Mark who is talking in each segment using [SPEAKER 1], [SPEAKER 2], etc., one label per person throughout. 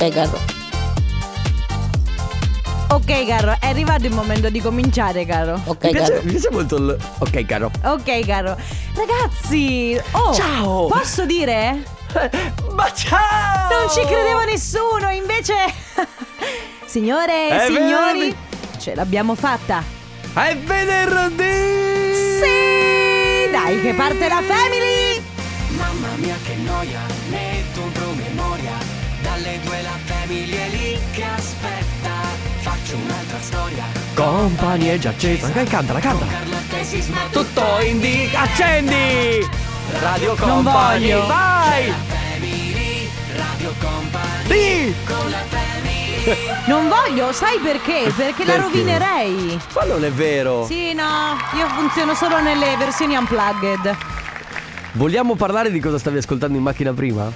[SPEAKER 1] te Garro.
[SPEAKER 2] Ok, caro, è arrivato il momento di cominciare, caro.
[SPEAKER 1] Ok
[SPEAKER 3] Mi piace,
[SPEAKER 1] Garro.
[SPEAKER 3] mi piace molto il... Ok, caro.
[SPEAKER 2] Ok, caro. Ragazzi, oh,
[SPEAKER 3] Ciao!
[SPEAKER 2] Posso dire?
[SPEAKER 3] Ma ciao!
[SPEAKER 2] Non ci credeva nessuno, invece Signore e
[SPEAKER 3] È
[SPEAKER 2] signori,
[SPEAKER 3] venerdì.
[SPEAKER 2] ce l'abbiamo fatta.
[SPEAKER 3] È venerdì!
[SPEAKER 2] Sì! Dai che parte la family!
[SPEAKER 4] Mamma mia che noia, metto un promemoria Dalle due la famiglia è lì che aspetta Faccio un'altra storia
[SPEAKER 3] Compagni è già accesa. Dai, Cantala, cantala.
[SPEAKER 4] Carlotta e Sisma
[SPEAKER 3] Tutto in di... Accendi! Radio
[SPEAKER 2] Non
[SPEAKER 3] Company,
[SPEAKER 2] voglio.
[SPEAKER 3] vai!
[SPEAKER 4] Family, Radio Company
[SPEAKER 3] Sì!
[SPEAKER 4] Con la family
[SPEAKER 2] Non voglio, sai perché? Perché la
[SPEAKER 3] Perché?
[SPEAKER 2] rovinerei.
[SPEAKER 3] Ma non è vero.
[SPEAKER 2] Sì, no, io funziono solo nelle versioni unplugged.
[SPEAKER 3] Vogliamo parlare di cosa stavi ascoltando in macchina prima?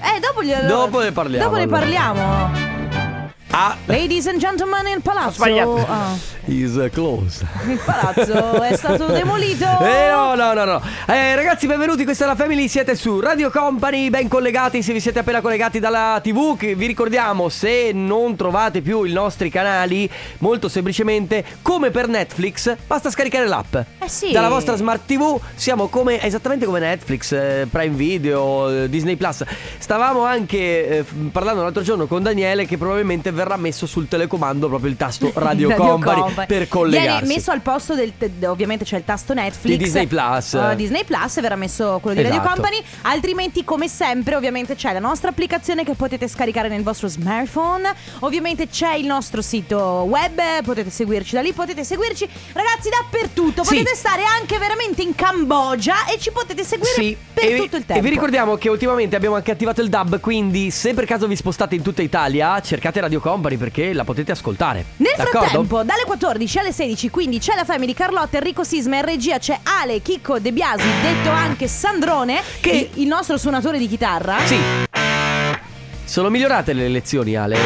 [SPEAKER 2] Eh, dopo glielo
[SPEAKER 3] Dopo ne parliamo,
[SPEAKER 2] Dopo ne
[SPEAKER 3] allora.
[SPEAKER 2] parliamo.
[SPEAKER 3] Ah,
[SPEAKER 2] Ladies and gentlemen, il palazzo.
[SPEAKER 3] sbagliato.
[SPEAKER 2] ah,
[SPEAKER 3] is close.
[SPEAKER 2] il palazzo è stato demolito.
[SPEAKER 3] Eh no, no, no, no. Eh, ragazzi, benvenuti, questa è la Family, siete su Radio Company, ben collegati, se vi siete appena collegati dalla TV, che vi ricordiamo, se non trovate più i nostri canali, molto semplicemente, come per Netflix, basta scaricare l'app.
[SPEAKER 2] Eh sì.
[SPEAKER 3] Dalla vostra smart TV siamo come esattamente come Netflix, eh, Prime Video, eh, Disney Plus. Stavamo anche eh, f- parlando l'altro giorno con Daniele che probabilmente verrà messo sul telecomando proprio il tasto Radio, Company, per collegarsi.
[SPEAKER 2] Viene messo al posto del te- ovviamente c'è il tasto Netflix
[SPEAKER 3] Di Disney Plus.
[SPEAKER 2] Eh, Disney Plus verrà messo quello di Radio
[SPEAKER 3] Esatto.
[SPEAKER 2] Company, altrimenti come sempre ovviamente c'è la nostra applicazione che potete scaricare nel vostro smartphone. Ovviamente c'è il nostro sito web, eh, potete seguirci da lì, potete seguirci ragazzi dappertutto,
[SPEAKER 3] Sì.
[SPEAKER 2] potete stare anche veramente in Cambogia e ci potete seguire per
[SPEAKER 3] e vi-
[SPEAKER 2] tutto il tempo.
[SPEAKER 3] E vi ricordiamo che ultimamente abbiamo anche attivato il DAB, quindi se per caso vi spostate in tutta Italia, cercate Radio Company perché la potete ascoltare.
[SPEAKER 2] Nel
[SPEAKER 3] D'accordo?
[SPEAKER 2] frattempo, dalle 14 alle 16, quindi c'è la Family Carlotta, Enrico Sisma, in regia c'è Ale, Chicco De Biasi, detto anche Sandrone,
[SPEAKER 3] Che-
[SPEAKER 2] il, il nostro suonatore di chitarra.
[SPEAKER 3] Sì. Sono migliorate le lezioni, Ale.
[SPEAKER 2] Eh,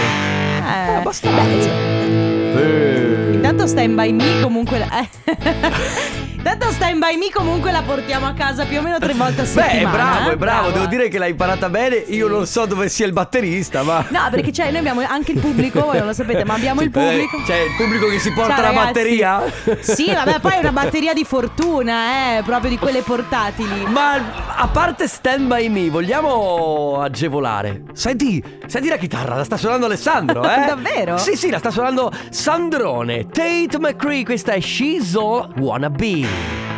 [SPEAKER 3] Ah, abbastanza.
[SPEAKER 2] beh, Tanto stand by me comunque la... eh. Tanto stand by me comunque la portiamo a casa più o meno tre volte a
[SPEAKER 3] Beh, è
[SPEAKER 2] settimana.
[SPEAKER 3] bravo,
[SPEAKER 2] eh.
[SPEAKER 3] è bravo, devo dire che l'hai imparata bene. Io non so dove sia il batterista, ma.
[SPEAKER 2] No, perché c'è, noi abbiamo anche il pubblico, voi non lo sapete, ma abbiamo il
[SPEAKER 3] Eh,
[SPEAKER 2] pubblico.
[SPEAKER 3] C'è il pubblico che si porta
[SPEAKER 2] Ciao,
[SPEAKER 3] la
[SPEAKER 2] ragazzi.
[SPEAKER 3] batteria.
[SPEAKER 2] Sì, vabbè, poi è una batteria di fortuna, eh, proprio di quelle portatili.
[SPEAKER 3] Ma a parte Stand By Me, vogliamo agevolare. Senti, senti la chitarra, la sta suonando Alessandro, eh?
[SPEAKER 2] Davvero?
[SPEAKER 3] Sì, sì, la sta suonando Sandrone, Tate McCree, questa è She's All Wanna Be.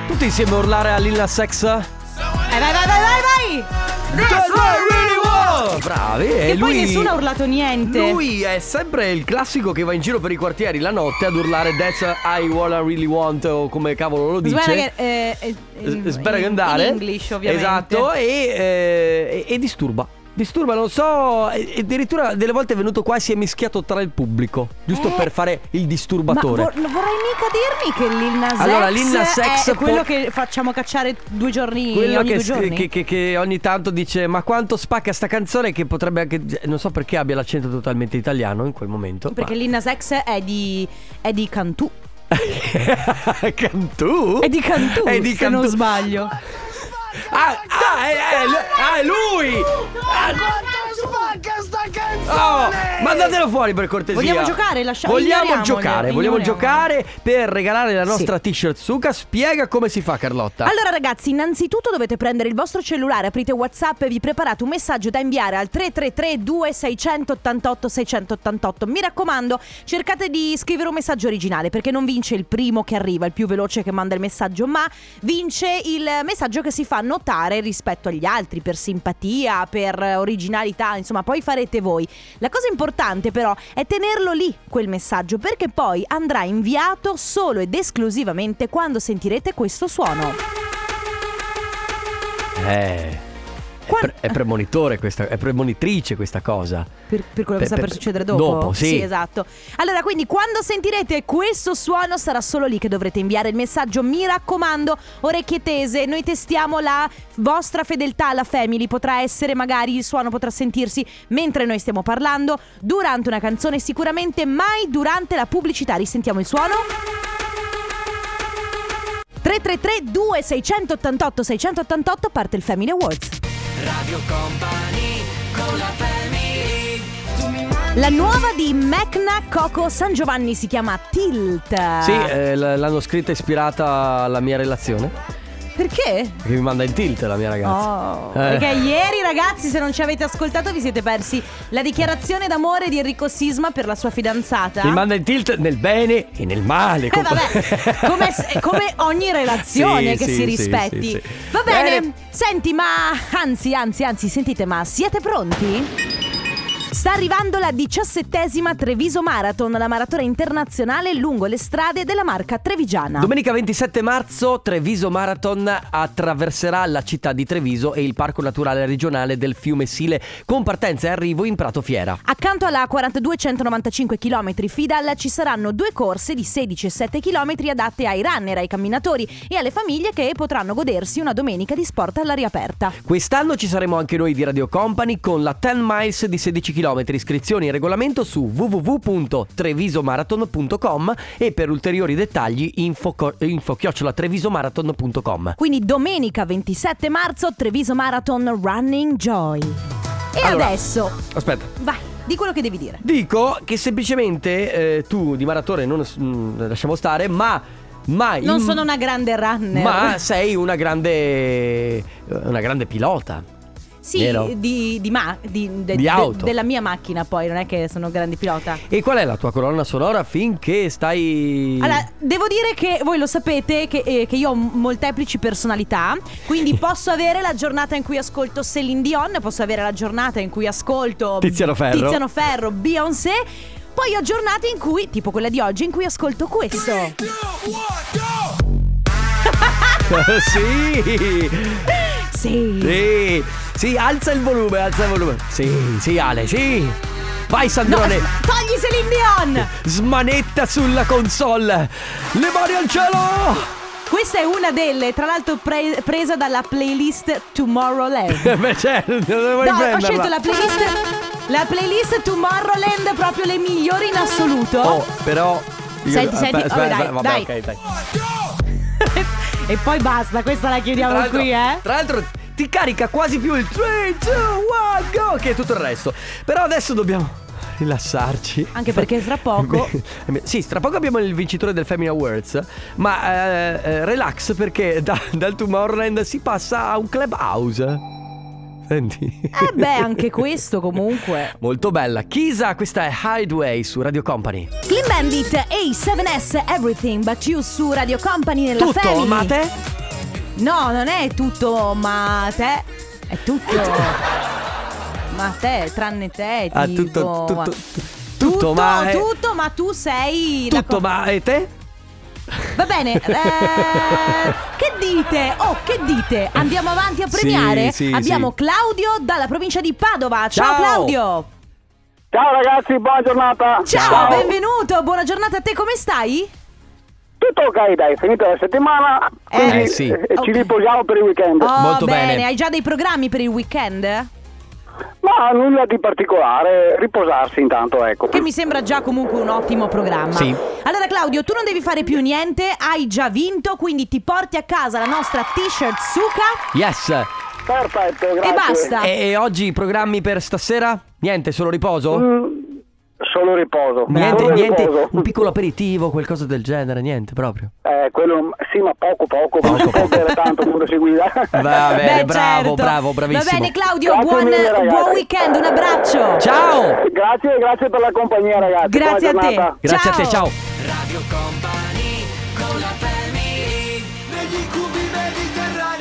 [SPEAKER 3] Tutti insieme a urlare a Lilla Sex?
[SPEAKER 2] Eh, vai, vai, vai, vai, vai!
[SPEAKER 3] That's what I really want! Bravi,
[SPEAKER 2] Che poi nessuno ha urlato niente.
[SPEAKER 3] Lui è sempre il classico che va in giro per i quartieri la notte ad urlare That's I Wanna Really Want o come cavolo lo dice.
[SPEAKER 2] Sbara che- eh, eh, in-
[SPEAKER 3] Sberg andare
[SPEAKER 2] In English, ovviamente.
[SPEAKER 3] Esatto e, eh, e- e disturba Disturba, non so e- e Addirittura delle volte è venuto qua e si è mischiato tra il pubblico Giusto
[SPEAKER 2] Eh,
[SPEAKER 3] per fare il
[SPEAKER 2] Ma
[SPEAKER 3] disturbatore
[SPEAKER 2] vor- vorrei mica dirmi che Lil Nas X
[SPEAKER 3] Allora, Lil Nas X
[SPEAKER 2] è quello
[SPEAKER 3] può-
[SPEAKER 2] che facciamo cacciare due giorni
[SPEAKER 3] Quello
[SPEAKER 2] ogni
[SPEAKER 3] che,
[SPEAKER 2] due giorni.
[SPEAKER 3] che- che- che ogni tanto dice Ma quanto spacca sta canzone Che potrebbe anche cioè, Non so perché abbia l'accento totalmente italiano in quel momento
[SPEAKER 2] Perché
[SPEAKER 3] ma-
[SPEAKER 2] Lil Nas X è di è di Cantù.
[SPEAKER 3] Cantù?
[SPEAKER 2] È di Cantù,
[SPEAKER 3] È di
[SPEAKER 2] se non
[SPEAKER 3] Cantù.
[SPEAKER 2] sbaglio.
[SPEAKER 3] Ah, ah, è, è- ah, è lui! Ah, Oh, mandatelo fuori per cortesia.
[SPEAKER 2] Vogliamo giocare? Lascia-
[SPEAKER 3] Vogliamo
[SPEAKER 2] ignoriamolo,
[SPEAKER 3] giocare, vogliamo
[SPEAKER 2] ignoriamolo.
[SPEAKER 3] giocare per regalare la nostra t-shirt Suka. Spiega come si fa, Carlotta.
[SPEAKER 2] Allora ragazzi, innanzitutto dovete prendere il vostro cellulare, aprite WhatsApp e vi preparate un messaggio da inviare al 333 2688 688. Mi raccomando, cercate di scrivere un messaggio originale perché non vince il primo che arriva, il più veloce che manda il messaggio, ma vince il messaggio che si fa notare rispetto agli altri per simpatia, per originalità, insomma, poi farete voi. La cosa importante però è tenerlo lì quel messaggio perché poi andrà inviato solo ed esclusivamente quando sentirete questo suono.
[SPEAKER 3] Eh, è,
[SPEAKER 2] Quan-
[SPEAKER 3] pre- è premonitore questa, è premonitrice questa cosa.
[SPEAKER 2] Per, per quello che
[SPEAKER 3] Per-
[SPEAKER 2] sta per,
[SPEAKER 3] per-
[SPEAKER 2] succedere dopo.
[SPEAKER 3] dopo, sì.
[SPEAKER 2] esatto. Allora, quindi quando sentirete questo suono sarà solo lì che dovrete inviare il messaggio. Mi raccomando, orecchie tese, noi testiamo la vostra fedeltà alla family. Potrà essere magari il suono potrà sentirsi mentre noi stiamo parlando, durante una canzone sicuramente, mai durante la pubblicità. Risentiamo il suono. 333 2688 688 parte il Family Awards.
[SPEAKER 4] Radio Company Con la family Tu mi
[SPEAKER 2] La nuova di Mecna Coco San Giovanni si chiama Tilt.
[SPEAKER 3] Sì, eh, l- l'hanno scritta ispirata alla mia relazione.
[SPEAKER 2] Perché?
[SPEAKER 3] Che mi manda in tilt la mia ragazza.
[SPEAKER 2] Oh,
[SPEAKER 3] Eh.
[SPEAKER 2] Perché ieri ragazzi se non ci avete ascoltato vi siete persi la dichiarazione d'amore di Enrico Sisma per la sua fidanzata.
[SPEAKER 3] Mi manda in tilt nel bene e nel male.
[SPEAKER 2] Eh,
[SPEAKER 3] compa-
[SPEAKER 2] vabbè, come, s- come ogni relazione
[SPEAKER 3] Sì,
[SPEAKER 2] che
[SPEAKER 3] sì,
[SPEAKER 2] si
[SPEAKER 3] sì,
[SPEAKER 2] rispetti.
[SPEAKER 3] sì, sì.
[SPEAKER 2] Va bene,
[SPEAKER 3] Bene.
[SPEAKER 2] senti, ma anzi, anzi, anzi, sentite, ma siete pronti? Sta arrivando la diciassettesima Treviso Marathon, la maratona internazionale lungo le strade della marca trevigiana.
[SPEAKER 3] Domenica 27 marzo Treviso Marathon attraverserà la città di Treviso e il parco naturale regionale del fiume Sile con partenza e arrivo in Prato Fiera.
[SPEAKER 2] Accanto alla 4295 km Fidal ci saranno due corse di 16 e 7 km adatte ai runner, ai camminatori e alle famiglie che potranno godersi una domenica di sport all'aria aperta.
[SPEAKER 3] Quest'anno ci saremo anche noi di Radio Company con la 10 miles di 16 km. Iscrizioni e regolamento su www.trevisomarathon.com e per ulteriori dettagli info, info trevisomarathon.com.
[SPEAKER 2] Quindi domenica 27 marzo Treviso Marathon Running Joy. E
[SPEAKER 3] Allora.
[SPEAKER 2] adesso
[SPEAKER 3] Aspetta.
[SPEAKER 2] vai, di quello che devi dire.
[SPEAKER 3] Dico che semplicemente eh, tu di maratone non mm, lasciamo stare, ma ma
[SPEAKER 2] Non
[SPEAKER 3] in-
[SPEAKER 2] sono una grande runner.
[SPEAKER 3] ma sei una grande una grande pilota.
[SPEAKER 2] sì,
[SPEAKER 3] vero?
[SPEAKER 2] di, di ma- di- de-
[SPEAKER 3] Di
[SPEAKER 2] de-
[SPEAKER 3] auto.
[SPEAKER 2] della mia macchina poi, non è che sono grande pilota.
[SPEAKER 3] E qual è la tua colonna sonora finché stai
[SPEAKER 2] Allora, devo dire che voi lo sapete che, eh, che io ho molteplici personalità, quindi posso avere la giornata in cui ascolto Celine Dion, posso avere la giornata in cui ascolto
[SPEAKER 3] Tiziano Ferro.
[SPEAKER 2] Tiziano Ferro, Beyoncé, poi ho giornate in cui, tipo quella di oggi, in cui ascolto questo.
[SPEAKER 3] sì!
[SPEAKER 2] Sì.
[SPEAKER 3] Sì, sì, alza il volume, alza il volume. Sì, sì, Ale, sì. Vai
[SPEAKER 2] No,
[SPEAKER 3] Sandrone,
[SPEAKER 2] togli Celine Dion!
[SPEAKER 3] smanetta sulla console. Le mani al cielo!
[SPEAKER 2] Questa è una delle, tra l'altro pre- presa dalla playlist Tomorrowland.
[SPEAKER 3] Beh, certo, dove vuoi
[SPEAKER 2] No, ho
[SPEAKER 3] prenderla?
[SPEAKER 2] scelto la playlist la playlist Tomorrowland proprio le migliori in assoluto.
[SPEAKER 3] Oh, però io-
[SPEAKER 2] Senti, senti,
[SPEAKER 3] aspetta,
[SPEAKER 2] vabbè,
[SPEAKER 3] aspetta,
[SPEAKER 2] dai,
[SPEAKER 3] vabbè,
[SPEAKER 2] dai.
[SPEAKER 3] ok, dai.
[SPEAKER 2] E poi basta, questa la
[SPEAKER 3] Tra
[SPEAKER 2] chiudiamo
[SPEAKER 3] l'altro-
[SPEAKER 2] qui, eh.
[SPEAKER 3] Tra l'altro ti carica quasi più il 3 2 1 go che tutto il resto. Però adesso dobbiamo rilassarci.
[SPEAKER 2] Anche perché fra poco
[SPEAKER 3] Sì, tra poco abbiamo il vincitore del Family Awards. Ma eh, eh, relax perché da- dal Tomorrowland si passa a un clubhouse. Senti.
[SPEAKER 2] Eh beh, anche questo comunque.
[SPEAKER 3] Molto bella. Chisa, questa è Hideaway su Radio Company.
[SPEAKER 2] Clean Bandit A7S Everything But You su Radio Company nella
[SPEAKER 3] Tutto,
[SPEAKER 2] Family.
[SPEAKER 3] ma te?
[SPEAKER 2] No, non è tutto, ma te è tutto. ma te, tranne te,
[SPEAKER 3] Ah,
[SPEAKER 2] tipo.
[SPEAKER 3] tutto, tutto,
[SPEAKER 2] ma-
[SPEAKER 3] tutto, ma eh,
[SPEAKER 2] tutto, ma tu sei la
[SPEAKER 3] tutto,
[SPEAKER 2] co-
[SPEAKER 3] ma e te?
[SPEAKER 2] Va bene, eh, che dite? Oh, che dite? Andiamo avanti a
[SPEAKER 3] Sì,
[SPEAKER 2] premiare?
[SPEAKER 3] sì,
[SPEAKER 2] Abbiamo
[SPEAKER 3] sì.
[SPEAKER 2] Claudio dalla provincia di Padova. Ciao,
[SPEAKER 3] Ciao.
[SPEAKER 2] Claudio!
[SPEAKER 1] Ciao ragazzi, buona giornata.
[SPEAKER 2] Ciao, benvenuto, buona giornata a te, come stai?
[SPEAKER 1] Tutto ok, dai, finita la settimana.
[SPEAKER 2] Eh,
[SPEAKER 1] quindi,
[SPEAKER 3] eh, sì.
[SPEAKER 1] eh, eh, ci
[SPEAKER 2] Ok.
[SPEAKER 1] riposiamo per il weekend.
[SPEAKER 2] Oh,
[SPEAKER 3] Molto bene.
[SPEAKER 2] hai già dei programmi per il weekend?
[SPEAKER 1] Ma nulla di particolare, riposarsi intanto, ecco.
[SPEAKER 2] Che mi sembra già comunque un ottimo programma.
[SPEAKER 3] Sì.
[SPEAKER 2] Allora, Claudio, tu non devi fare più niente, hai già vinto, quindi ti porti a casa la nostra t-shirt Suka.
[SPEAKER 3] Yes.
[SPEAKER 1] Perfetto, grazie.
[SPEAKER 2] E basta.
[SPEAKER 3] E, e oggi i programmi per stasera? Niente, solo riposo?
[SPEAKER 1] Mm, solo riposo.
[SPEAKER 3] niente,
[SPEAKER 1] solo
[SPEAKER 3] niente,
[SPEAKER 1] riposo.
[SPEAKER 3] un piccolo aperitivo, qualcosa del genere, niente proprio.
[SPEAKER 1] Eh, quello, sì, ma poco, poco, non si può bere tanto quando si guida.
[SPEAKER 3] Va bene,
[SPEAKER 2] Beh,
[SPEAKER 3] bravo,
[SPEAKER 2] certo.
[SPEAKER 3] bravo, bravissimo.
[SPEAKER 2] Va bene, Claudio,
[SPEAKER 1] Grazie
[SPEAKER 2] buon,
[SPEAKER 1] mille, ragazzi.
[SPEAKER 2] buon weekend, un abbraccio.
[SPEAKER 3] Ciao!
[SPEAKER 1] grazie, grazie per la compagnia, ragazzi.
[SPEAKER 2] Grazie a
[SPEAKER 1] Buona
[SPEAKER 2] te.
[SPEAKER 1] giornata.
[SPEAKER 3] Grazie a te, ciao.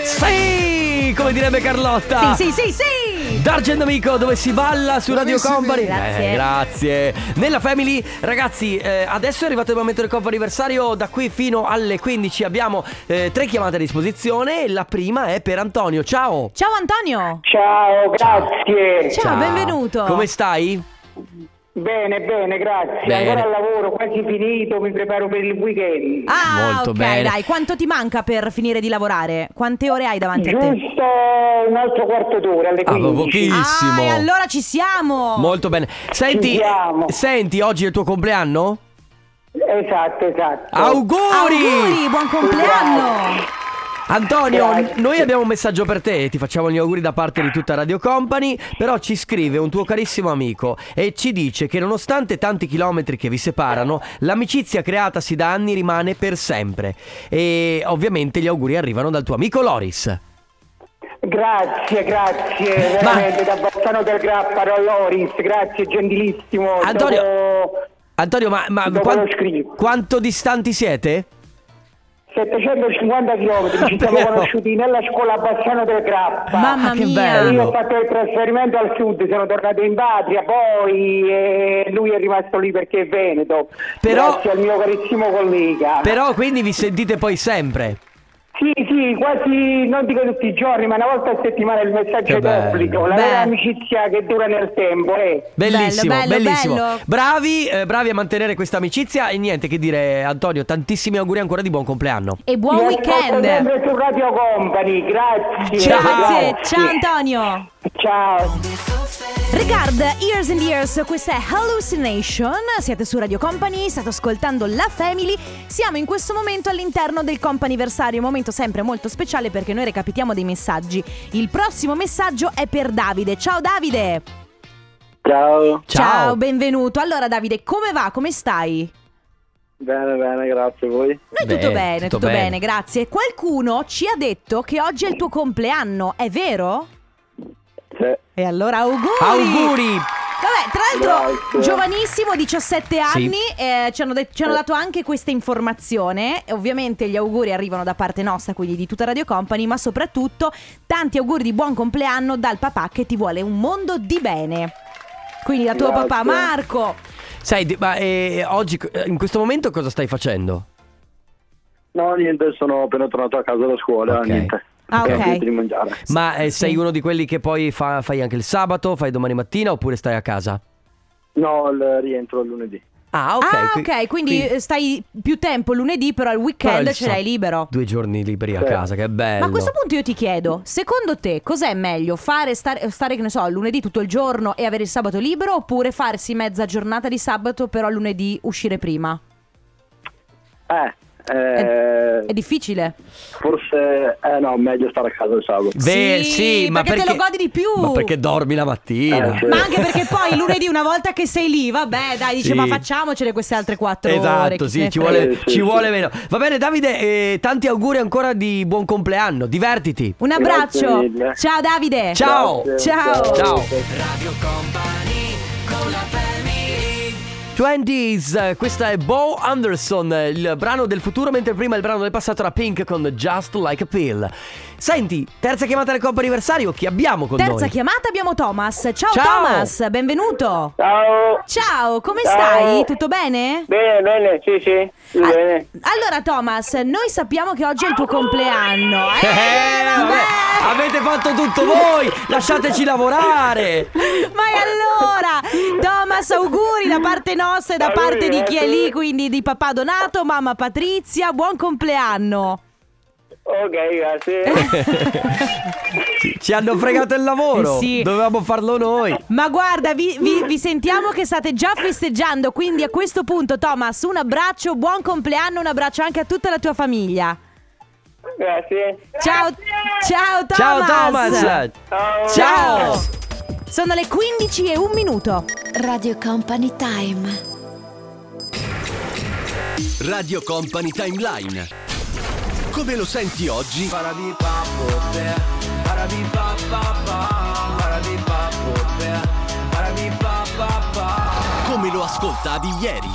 [SPEAKER 3] Sì, come direbbe Carlotta.
[SPEAKER 2] Sì, sì, sì, sì.
[SPEAKER 3] Dargen Amico dove si balla su Radio Company.
[SPEAKER 2] Grazie.
[SPEAKER 3] Eh, grazie. Nella Family, ragazzi, eh, adesso è arrivato il momento del anniversario. Da qui fino alle 15 abbiamo eh, tre chiamate a disposizione. La prima è per Antonio. Ciao.
[SPEAKER 2] Ciao Antonio.
[SPEAKER 1] Ciao, grazie.
[SPEAKER 2] Ciao, Ah, benvenuto.
[SPEAKER 3] Come stai?
[SPEAKER 1] Bene, bene, grazie.
[SPEAKER 3] Bene.
[SPEAKER 1] Ancora al lavoro, quasi finito, mi preparo per il weekend.
[SPEAKER 2] Ah,
[SPEAKER 3] Molto
[SPEAKER 2] ok,
[SPEAKER 3] bene.
[SPEAKER 2] dai, quanto ti manca per finire di lavorare? Quante ore hai davanti a te?
[SPEAKER 1] Giusto un altro quarto d'ora alle
[SPEAKER 3] Ah, ma
[SPEAKER 1] 15.
[SPEAKER 3] pochi-
[SPEAKER 2] Ah,
[SPEAKER 3] Giustissimo.
[SPEAKER 2] e allora ci siamo.
[SPEAKER 3] Molto bene.
[SPEAKER 1] Ci
[SPEAKER 3] Senti,
[SPEAKER 1] siamo.
[SPEAKER 3] senti, oggi è il tuo compleanno?
[SPEAKER 1] esatto, esatto.
[SPEAKER 3] Auguri!
[SPEAKER 2] Auguri, buon compleanno.
[SPEAKER 3] Antonio,
[SPEAKER 5] Grazie.
[SPEAKER 3] noi abbiamo un messaggio per te, ti facciamo gli auguri da parte di tutta Radio Company, però ci scrive un tuo carissimo amico e ci dice che nonostante tanti chilometri che vi separano, l'amicizia creatasi da anni rimane per sempre. E ovviamente gli auguri arrivano dal tuo amico Loris.
[SPEAKER 5] Grazie, grazie,
[SPEAKER 3] Ma-
[SPEAKER 5] veramente da Bassano del Grapparo Loris, grazie, gentilissimo.
[SPEAKER 3] Antonio,
[SPEAKER 5] Dopo
[SPEAKER 3] Antonio, ma, ma
[SPEAKER 5] dopo
[SPEAKER 3] quan-
[SPEAKER 5] lo scrivo.
[SPEAKER 3] quanto distanti siete?
[SPEAKER 5] 750 km ci siamo
[SPEAKER 3] Davvero?
[SPEAKER 5] conosciuti nella scuola Bassano del Grappa.
[SPEAKER 2] Mamma
[SPEAKER 3] Ah, che
[SPEAKER 2] mia.
[SPEAKER 3] bello.
[SPEAKER 5] Io ho fatto il trasferimento al sud, sono tornato in patria, poi eh, lui è rimasto lì perché è veneto.
[SPEAKER 3] Però-
[SPEAKER 5] Grazie al mio carissimo collega.
[SPEAKER 3] Però quindi vi sentite poi sempre.
[SPEAKER 5] Sì, sì, quasi non dico tutti i giorni, ma una volta a settimana il messaggio
[SPEAKER 3] Che
[SPEAKER 5] è
[SPEAKER 3] bello.
[SPEAKER 5] d'obbligo. La
[SPEAKER 2] Beh.
[SPEAKER 5] vera amicizia che dura nel tempo, eh.
[SPEAKER 3] Bellissimo,
[SPEAKER 2] Bello, bello,
[SPEAKER 3] bellissimo.
[SPEAKER 2] bello.
[SPEAKER 3] Bravi, eh, bravi a mantenere questa amicizia e niente che dire Antonio, tantissimi auguri ancora di buon compleanno.
[SPEAKER 2] E buon
[SPEAKER 5] Vi ascolto
[SPEAKER 2] weekend.
[SPEAKER 5] sempre su Radio Company, grazie.
[SPEAKER 2] Grazie,
[SPEAKER 5] grazie.
[SPEAKER 2] ciao Antonio.
[SPEAKER 5] Ciao.
[SPEAKER 2] Regard Years and Years, questa è Hallucination, siete su Radio Company, state ascoltando la Family, siamo in questo momento all'interno del companiversario, un momento sempre molto speciale perché noi recapitiamo dei messaggi. Il prossimo messaggio è per Davide, ciao Davide!
[SPEAKER 6] Ciao,
[SPEAKER 2] benvenuto. Allora Davide, come va? Come stai?
[SPEAKER 6] bene, bene, grazie a voi.
[SPEAKER 2] Noi
[SPEAKER 3] Bene,
[SPEAKER 2] tutto bene,
[SPEAKER 3] tutto
[SPEAKER 2] tutto bene.
[SPEAKER 3] bene,
[SPEAKER 2] grazie. Qualcuno ci ha detto che oggi è il tuo compleanno, è vero?
[SPEAKER 6] Sì,
[SPEAKER 2] E allora
[SPEAKER 3] Auguri!
[SPEAKER 2] Vabbè, tra l'altro,
[SPEAKER 6] Grazie.
[SPEAKER 2] giovanissimo, 17
[SPEAKER 3] Sì.
[SPEAKER 2] anni, eh, ci hanno, det- ci hanno dato anche questa informazione. E Ovviamente gli auguri arrivano da parte nostra, quindi di tutta Radio Company, ma soprattutto tanti auguri di buon compleanno dal papà che ti vuole un mondo di bene. Quindi da tuo
[SPEAKER 6] Grazie.
[SPEAKER 2] papà Marco.
[SPEAKER 3] Sai, di- ma eh, oggi, eh, in questo momento cosa stai facendo?
[SPEAKER 6] no, niente, sono appena tornato a casa da scuola,
[SPEAKER 3] Ok.
[SPEAKER 6] niente.
[SPEAKER 2] Ah,
[SPEAKER 6] Ho
[SPEAKER 2] ok.
[SPEAKER 6] finito di mangiare.
[SPEAKER 3] Ma eh,
[SPEAKER 2] Sì.
[SPEAKER 3] sei uno di quelli che poi fa- fai anche il sabato, fai domani mattina oppure stai a casa?
[SPEAKER 6] No, il rientro il lunedì.
[SPEAKER 3] Ah, ok.
[SPEAKER 2] ah,
[SPEAKER 3] qui-
[SPEAKER 2] ok, quindi
[SPEAKER 3] qui-
[SPEAKER 2] eh, stai più tempo lunedì, però il
[SPEAKER 3] però
[SPEAKER 2] weekend
[SPEAKER 3] il
[SPEAKER 2] ce l'hai
[SPEAKER 3] sab-
[SPEAKER 2] libero.
[SPEAKER 3] Due giorni liberi a
[SPEAKER 6] Sì.
[SPEAKER 3] casa, che bello.
[SPEAKER 2] Ma a questo punto io ti chiedo, secondo te cos'è meglio fare stare, stare, che ne so, lunedì tutto il giorno e avere il sabato libero oppure farsi mezza giornata di sabato però lunedì uscire prima?
[SPEAKER 6] Eh,
[SPEAKER 2] È,
[SPEAKER 6] eh,
[SPEAKER 2] è difficile.
[SPEAKER 6] forse, eh no, meglio stare a casa il sabato.
[SPEAKER 3] Beh, sì,
[SPEAKER 2] Sì,
[SPEAKER 3] ma
[SPEAKER 2] perché
[SPEAKER 3] perché
[SPEAKER 2] te lo godi di più.
[SPEAKER 3] Ma perché dormi la mattina?
[SPEAKER 6] Eh, sì.
[SPEAKER 2] Ma anche perché poi lunedì una volta che sei lì, vabbè, dai, dice
[SPEAKER 3] Sì.
[SPEAKER 2] ma facciamocele queste altre quattro ore.
[SPEAKER 3] Esatto,
[SPEAKER 2] chi se
[SPEAKER 3] sì,
[SPEAKER 2] ne
[SPEAKER 3] ci
[SPEAKER 2] frega.
[SPEAKER 3] vuole,
[SPEAKER 6] Eh, sì,
[SPEAKER 3] ci
[SPEAKER 6] sì.
[SPEAKER 3] vuole meno. Va bene, Davide, eh, tanti auguri ancora di buon compleanno. Divertiti.
[SPEAKER 2] Un
[SPEAKER 6] Grazie
[SPEAKER 2] abbraccio.
[SPEAKER 6] mille.
[SPEAKER 2] Ciao Davide.
[SPEAKER 3] Ciao.
[SPEAKER 6] Grazie,
[SPEAKER 2] Ciao.
[SPEAKER 3] Ciao.
[SPEAKER 6] ciao.
[SPEAKER 3] 20s, eh, questa è Bo Anderson, eh, il brano del futuro, mentre prima il brano del passato era Pink con Just Like a Pill. Senti, terza chiamata del Coppa anniversario, chi abbiamo con
[SPEAKER 2] Terza
[SPEAKER 3] noi?
[SPEAKER 2] chiamata abbiamo Thomas. Ciao,
[SPEAKER 3] Ciao.
[SPEAKER 2] Thomas, benvenuto.
[SPEAKER 5] Ciao.
[SPEAKER 2] Ciao, come
[SPEAKER 5] Ciao.
[SPEAKER 2] stai? Tutto bene?
[SPEAKER 5] Bene, bene, sì, sì, sì,
[SPEAKER 2] Ah,
[SPEAKER 5] bene.
[SPEAKER 2] Allora Thomas, noi sappiamo che oggi è il tuo compleanno. Eh,
[SPEAKER 3] Eh,
[SPEAKER 2] vabbè.
[SPEAKER 3] vabbè, avete fatto tutto voi, lasciateci lavorare.
[SPEAKER 2] Ma e allora, Thomas, auguri da parte nostra e da
[SPEAKER 5] Auguri,
[SPEAKER 2] parte di chi è
[SPEAKER 5] grazie.
[SPEAKER 2] lì, quindi di papà Donato, mamma Patrizia, buon compleanno.
[SPEAKER 5] Ok, grazie.
[SPEAKER 3] Ci- Ci hanno fregato il lavoro,
[SPEAKER 2] Eh sì.
[SPEAKER 3] dovevamo farlo noi.
[SPEAKER 2] Ma guarda, vi, vi- vi sentiamo che state già festeggiando, quindi a questo punto Thomas, un abbraccio, buon compleanno, un abbraccio anche a tutta la tua famiglia.
[SPEAKER 5] grazie.
[SPEAKER 2] Ciao, ciao Thomas.
[SPEAKER 3] Ciao Thomas.
[SPEAKER 5] Ciao.
[SPEAKER 2] Ciao. Sono le 15 e un minuto.
[SPEAKER 7] Radio Company Time.
[SPEAKER 8] Radio Company Timeline. Come lo senti oggi? Come lo ascoltavi ieri?